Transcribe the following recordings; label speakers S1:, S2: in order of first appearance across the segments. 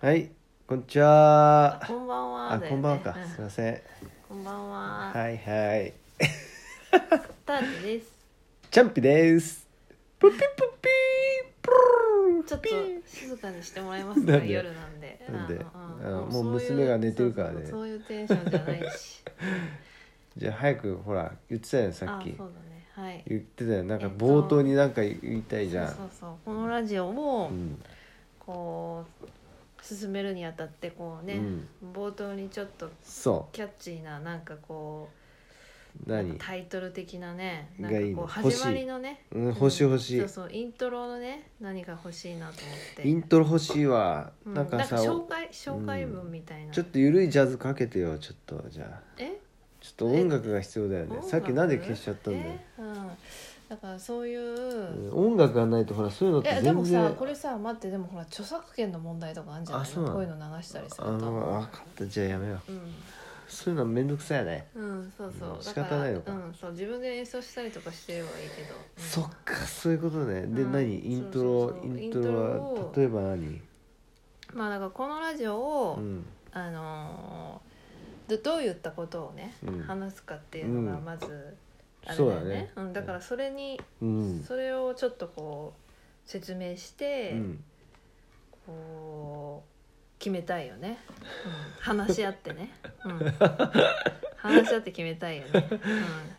S1: はい、こんにちは。
S2: こんばんは
S1: あ、
S2: だよね
S1: こんばんはか
S2: う。
S1: すみません。
S2: こんばんは。
S1: はいはい。
S2: タージです。
S1: チャンピです。プピプピプル
S2: ちょっと
S1: ピ
S2: 静かにしてもらえます
S1: な
S2: か
S1: んで
S2: 夜なんで。
S1: なんで
S2: うん
S1: あ
S2: ん
S1: もう
S2: そい
S1: 娘が寝てるからね
S2: そうそうそういうテンションじゃない し。
S1: じゃあ早くほら言ってたよさ
S2: あ
S1: っき
S2: そうだね。はい。
S1: 言ってたよなんか
S2: えっと
S1: 冒頭になんか言いたいじゃ。
S2: そうんそうそう。このラジオも
S1: うん
S2: こう進めるにあたってこうね、冒頭にちょっと
S1: そ
S2: キャッチーななんかこ
S1: う
S2: うなん
S1: 何
S2: かタイトル的なね、なんか
S1: がいい
S2: こ
S1: の
S2: う
S1: 欲しい
S2: 始まりのね。
S1: うん欲しい欲しい
S2: そうそうイントロのね何か欲しいなと思って
S1: イントロ欲しいわ
S2: うん
S1: なんかさ
S2: 紹介紹介文みたいな、
S1: ちょっとゆるいジャズかけてよちょっとじゃあ
S2: え
S1: ちょっと音楽が必要だよね
S2: 音楽
S1: さっきなんで消しちゃったんだよ
S2: えうん、だからそういう、
S1: うん音楽がないとほらそういうのっ
S2: い
S1: て
S2: やで
S1: 全
S2: もさ
S1: 然
S2: これさ待ってでもほら著作権の問題とかあるんじゃない
S1: あそうなの
S2: のこういうの流したりする
S1: あの
S2: と
S1: 分かったじゃあやめよう
S2: うん
S1: そういうのめんどくさいよね、
S2: うん、そうそう、
S1: うん
S2: だから
S1: 仕方ないのか
S2: うん、そう自分で演奏したりとかしてればいいけど、うん
S1: そっかそういうことねで、
S2: うん
S1: 何イントロ
S2: そうそうそう
S1: イントロ
S2: イントロ
S1: は
S2: を
S1: 例えば何
S2: まあだからこのラジオを、
S1: うん
S2: あのーどどういったことをね、
S1: うん
S2: 話すかっていうのが
S1: うん
S2: まずあれだ
S1: そう
S2: よ
S1: だね
S2: ね、うん、だからそれに、
S1: うん
S2: それをちょっとこう説明して、
S1: うん
S2: こう決めたいよね、うん、話し合ってね、 うん、話し合って決めたいよね、うん、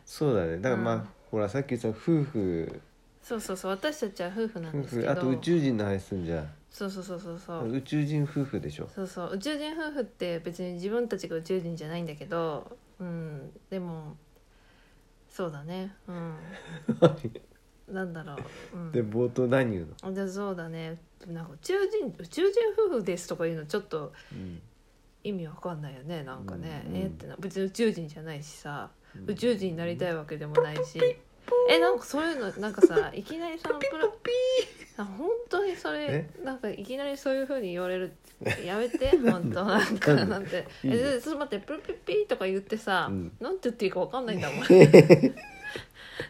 S1: そうだねだからまあ、
S2: うん
S1: ほらさっき言った夫婦
S2: そうそうそう私たちは夫婦なん
S1: 夫
S2: ですけど
S1: 婦あと宇宙人の話すんじゃん
S2: そうそうそうそうそう
S1: 宇宙人夫婦でしょ
S2: そうそう宇宙人夫婦って別に自分たちが宇宙人じゃないんだけどうんでもそうだねうんなんだろう、うん、
S1: で冒頭何言うの、
S2: でそうだねなんか宇宙人宇宙人夫婦ですとか言うのちょっと
S1: うん
S2: 意味わかんないよねなんかね、
S1: うん
S2: えーってな別に宇宙人じゃないしさ
S1: うん
S2: 宇宙人になりたいわけでもないしえなんかそういうのなんかさいきなりそのプロあ本当にそれなんかいきなりそういうふうに言われるやめて本当なんか
S1: なんで
S2: なんて
S1: いいよ
S2: えでちょっと待ってプルピッピーとか言ってさ、
S1: うん
S2: なんて言っていいかわかんないんだもん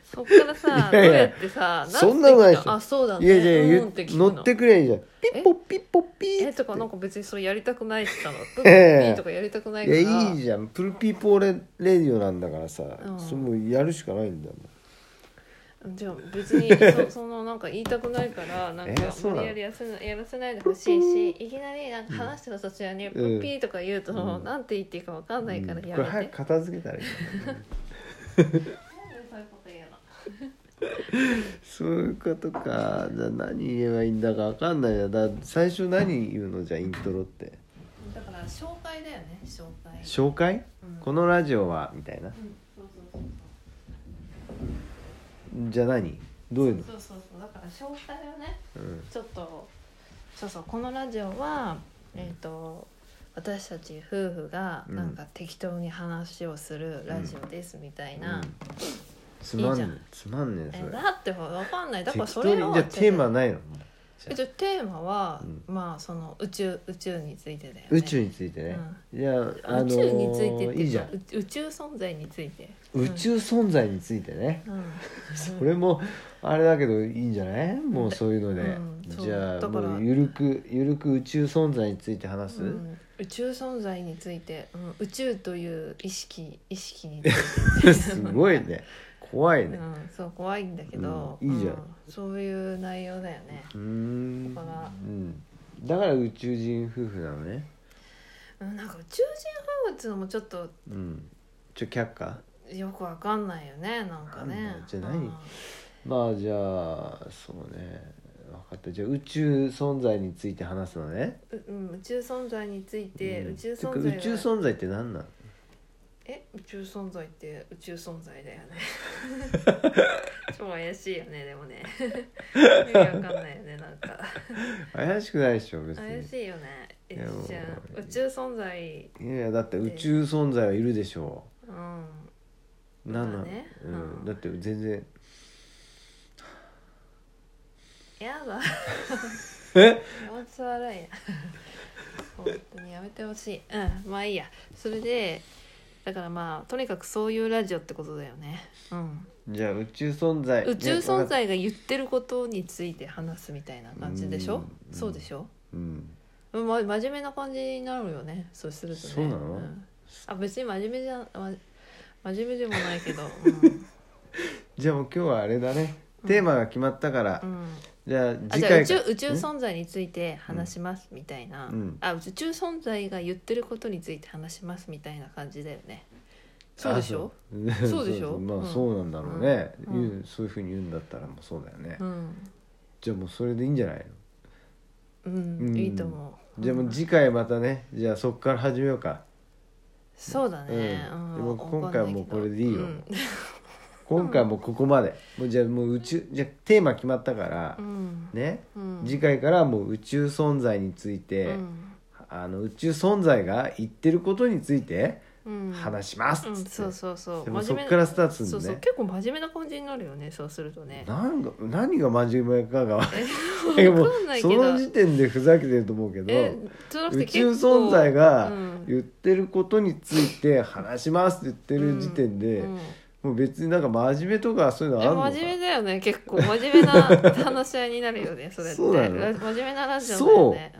S2: そっからさ
S1: いやいや
S2: どうやってさ
S1: そんなことないでしょ
S2: あそうだね
S1: いやいやいや
S2: うんって聞く
S1: 乗
S2: の
S1: ってくれんじゃんピッポッピッポッピー
S2: え
S1: っ
S2: と
S1: て
S2: かなんか別にそれやりたくないしさプルピ
S1: ええ
S2: ーとかやりたくない
S1: い
S2: から
S1: やいいじゃんプルピーポーレレディオなんだからさ、
S2: うん
S1: それもうやるしかないんだもん
S2: じゃあ 別にそそのなんか言いたくないからなん
S1: え
S2: か
S1: そう
S2: 無
S1: なの
S2: 理やりやせなやらせないでほしいしいきなりなんか話してる途中に「
S1: ん
S2: プッピー」とか言うと、
S1: うん
S2: なんて言っていいかわかんないから
S1: うん
S2: や
S1: これ
S2: めて、
S1: 早く片付けたらいいかな
S2: そういうこと言うの
S1: そういうことかじゃあ何言えばいいんだかわかんないなだ最初何言うのじゃあイントロって
S2: だから紹介だよね紹介
S1: 紹介、
S2: うん
S1: このラジオはみたいな
S2: うんそうそうそう
S1: じゃあ何どういうの
S2: そうそうそうだから紹介をね
S1: うん
S2: ちょっとそうそうこのラジオはえっ、と私たち夫婦がなんか適当に話をするラジオですみたいな、
S1: うんつまん
S2: いいじ
S1: ね
S2: ゃん
S1: つまんねえ
S2: え
S1: それ
S2: だってわかんないだから
S1: 適
S2: そ
S1: 当
S2: れ
S1: にじ
S2: を
S1: ゃあテーマないの
S2: えじゃあテーマは、
S1: うん
S2: まあその宇宙宇宙についてだよね
S1: 宇宙についてね、じゃあ、あのー
S2: 宇宙についてっていうか
S1: いいじゃん
S2: う宇宙存在について
S1: 宇宙存在についてね、
S2: うん、
S1: それもあれだけどいいんじゃないもうそういうので、
S2: うんそう
S1: じゃあ
S2: だから
S1: もうゆるくゆるく宇宙存在について話す、
S2: うん宇宙存在について、うん、宇宙という意識意識につい て
S1: すごいね怖いうね
S2: ん、そう怖いんだけど、
S1: うんいいじゃん
S2: うそういう内容だよね
S1: うーん
S2: だから
S1: うんだから宇宙人夫婦なのね
S2: うんなんか宇宙人夫婦っていうのもちょっと
S1: うんちょ却下
S2: よくわかんないよねなんか
S1: わか
S2: ね
S1: んないじゃあ何
S2: うん
S1: まあじゃあそうね分かったじゃあ宇宙存在について話すのね
S2: ううん、宇宙存在について、
S1: うん
S2: 宇宙
S1: て
S2: 存
S1: か
S2: 在
S1: 宇宙
S2: は
S1: 存在って何なの
S2: え宇宙存在って宇宙存在だよね 超怪しいよねでもね意味わかんないよねなんか
S1: 怪しくないでしょ別
S2: 怪
S1: に
S2: しいよねえ
S1: いやもう
S2: じゃあ宇宙存在
S1: いやいやだって宇宙存在はいるでしょ
S2: うん
S1: う何なの、
S2: まあね
S1: う、
S2: うんん
S1: だって全然
S2: やだ
S1: え
S2: 気持ち悪いな本当にやめてほしいうんまあいいやそれでだからまあとにかくそういうラジオってことだよねうん
S1: じゃあ宇宙存在
S2: 宇宙存
S1: ねわかっ
S2: 在が言ってることについて話すみたいな感じでしょ
S1: うん
S2: そうでしょ
S1: うん
S2: ううんま、真面目な感じになるよねそうするとね
S1: そうなの
S2: んあ別に真面目じゃ、ま、真面目でもな いけど、うん
S1: じゃあもう今日はあれだねテーマが決まったから、
S2: うん、
S1: じゃあ
S2: あ
S1: 次
S2: じゃあ宇
S1: 回
S2: 宙
S1: か
S2: 宇宙存在について話しますみたいな、
S1: うん
S2: あ宇宙存在が言ってることについて話しますみたいな感じだよねそうでしょ
S1: あ そう
S2: そうでしょ
S1: まあ
S2: うん
S1: そうなんだろうね、
S2: うん
S1: 言うそういうふうに言うんだったらもうそうだよね、
S2: うん、
S1: じゃあもうそれでいいんじゃないの
S2: うん
S1: うん
S2: いいと思う
S1: じゃあもう次回またねじゃあそこから始めようか
S2: そうだね、
S1: う
S2: うんん
S1: でも今回はもうこれでいいよ
S2: うん
S1: 今回もここまで、もうじゃあもう宇宙じゃあテーマ決まったから
S2: う、ん
S1: ね、
S2: うん
S1: 次回からはもう宇宙存在について、
S2: うん
S1: あの宇宙存在が言ってることについて
S2: うん
S1: 話しますっ
S2: うん
S1: つって、
S2: そうそうそう
S1: でも
S2: 真
S1: そ
S2: 面目
S1: っ
S2: な
S1: からスタートする
S2: そ
S1: の
S2: うそう
S1: ね
S2: 結構真面目な感じになるよねそうするとね
S1: なんか何が真面目かが
S2: え
S1: もう
S2: わかんない
S1: そ
S2: けど
S1: の時点でふざけてると思うけど
S2: えじゃなくて
S1: 宇
S2: 結構
S1: 宙存在が
S2: うん
S1: 言ってることについて話しますって言ってる時点で、
S2: うんうん
S1: もう別になんか真面目とかそういうのあ
S2: え
S1: るのか
S2: 真面目だよね結構真面目な話し合いになるよ ねそれって
S1: そうなの
S2: ラ真面目なラジオだよね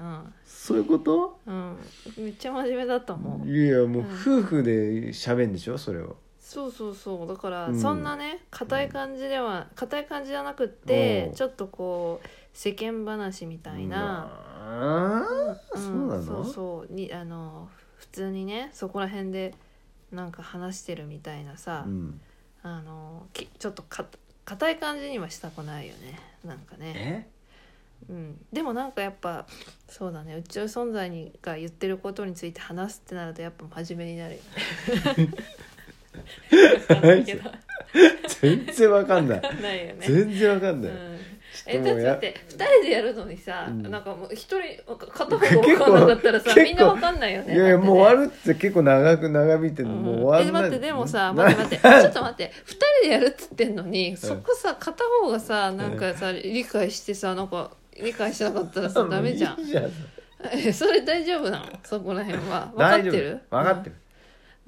S1: そういうこと
S2: うん、うん、めっちゃ真面目だと思う
S1: いやいやもう
S2: うん
S1: 夫婦で喋るんでしょそれを
S2: そうそうそうだから
S1: うん
S2: そんなね硬い感じでは硬い感じじゃなくって
S1: おう
S2: ちょっとこう世間話みたいな、
S1: なあ
S2: うん
S1: そうなの
S2: そうそうにあの普通にねそこら辺でなんか話してるみたいなさ、
S1: うん
S2: あのきちょっとか硬い感じにはしたくないよねなんかね
S1: え
S2: うん、でもなんかやっぱそうだね宇宙存在にが言ってることについて話すってなるとやっぱ真面目になるよね。わかんないけどわ
S1: 全然わかんない
S2: かんないよね。
S1: 全然わかん
S2: う
S1: ない、ち
S2: ん、
S1: ょ
S2: え
S1: っ
S2: だ
S1: とも
S2: って
S1: う
S2: だ
S1: や
S2: って二人でやるのにさ、
S1: うん
S2: なんかもう一人片方が分かんなかったら
S1: 結
S2: さ
S1: 構
S2: みんな分かんないよね。
S1: いやいやもう
S2: だってね
S1: 終わるって結構長く長引いてるのもう終わ
S2: うんえ
S1: る
S2: 待ってでも
S1: な
S2: さ待って待っ てちょっと待って2人でやるっつってんのにそこさ片方がさなんかさ理解してさなんか理解してな かったらさダメじゃん
S1: いいじゃん
S2: えそれ大丈夫なのそこら辺は分かっ
S1: 大
S2: て
S1: 丈夫分
S2: る
S1: かってる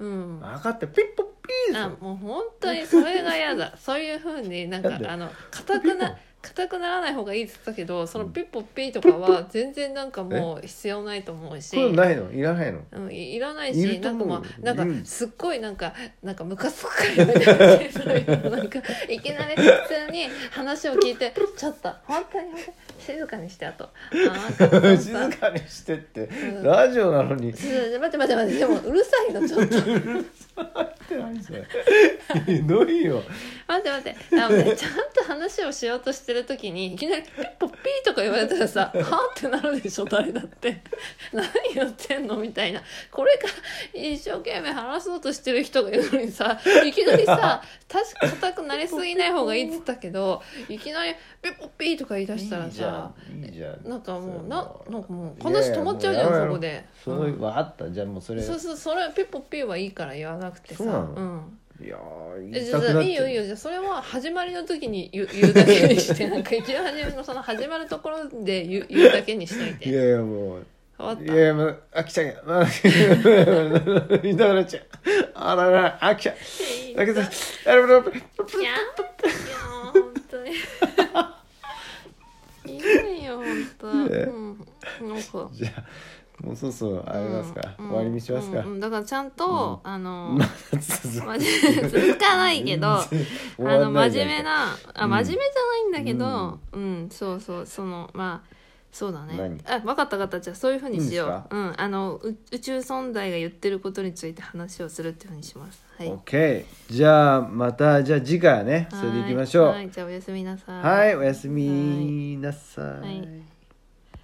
S2: うん、
S1: 分かってるピッポッピー
S2: あ
S1: で
S2: もう本当にそれが 嫌だそういうふうになんか
S1: なんで
S2: あの硬くな硬くならない方がいいって言ったけどそのピッポッピーとかは全然なんかもう必要ないと思うし
S1: すよこういうのないのいらないの
S2: うん、いいらない
S1: いる
S2: し
S1: と
S2: なん
S1: 思
S2: か
S1: う
S2: まあなんか
S1: うん
S2: すっごいなんかなんかムカつくからみたいなそういうのなん かいきなり普通に話を聞いてちょっと本当に 静かにしてあとあなんかさ
S1: 静かにしてって、
S2: ん
S1: ラジオなのに
S2: ちょっと待って待って待ってでもうるさいのちょっと待って
S1: って何それひどいよ
S2: 待ってあの ねちゃんと話をしようとしてる時にいきなり「ポッピー」とか言われた らさ「はあ?」ってなるでしょ誰だって 何言ってんのみたいなこれから一生懸命話そうとしてる人がいるのにさいきなりさ確か硬くなりすぎない方がいいって言ったけどいきなり「ピッポッピー」とか言い出したら
S1: いいじゃ
S2: さ
S1: んいいじゃん
S2: なんかもうななんかもう
S1: いやい
S2: 話
S1: や
S2: 止まっちゃうじゃ
S1: も
S2: ん
S1: やめ
S2: そ
S1: ろ
S2: こで。
S1: そううん分かったじゃあもうそれ
S2: そうそうそれピッポッピーはいいから言わなくてさ
S1: そうなの
S2: ん、
S1: いやー
S2: え
S1: 言い
S2: じゃ
S1: たくなっちゃ
S2: あ
S1: う
S2: いいよいいよじゃあそれは始まりの時に言う 言うだけにしてなんか一番初めのその始まるところで言う言うだけにしとい
S1: い
S2: て
S1: やいやもう
S2: 終わっ
S1: い
S2: た
S1: やいやもう飽きちゃうよまあ 言いたくなっちゃうあらら飽きちゃうだけどあれも
S2: いやー本当にいいよ本当うんなんか
S1: じゃあもうそろそろあれますか、
S2: うん
S1: 終わりにしますか、
S2: うんうんだからちゃんと、あの
S1: まだ続く
S2: ま 続かないけどあ
S1: 全然終わ
S2: の
S1: んない
S2: 真
S1: じゃ
S2: 面
S1: ん
S2: 目なあ真面目じゃないんだけどうん、そうそうそのまあそうだね
S1: 何
S2: あ分かった分かったじゃあそういうふうにしよう
S1: いいんです
S2: うんあのう宇宙存在が言ってることについて話をするっていうふうにしますはい
S1: OK じゃあまたじゃあ次回はねそれでいきましょう
S2: はいはいじゃあおやすみなさい
S1: はい、おやすみなさ
S2: はい
S1: い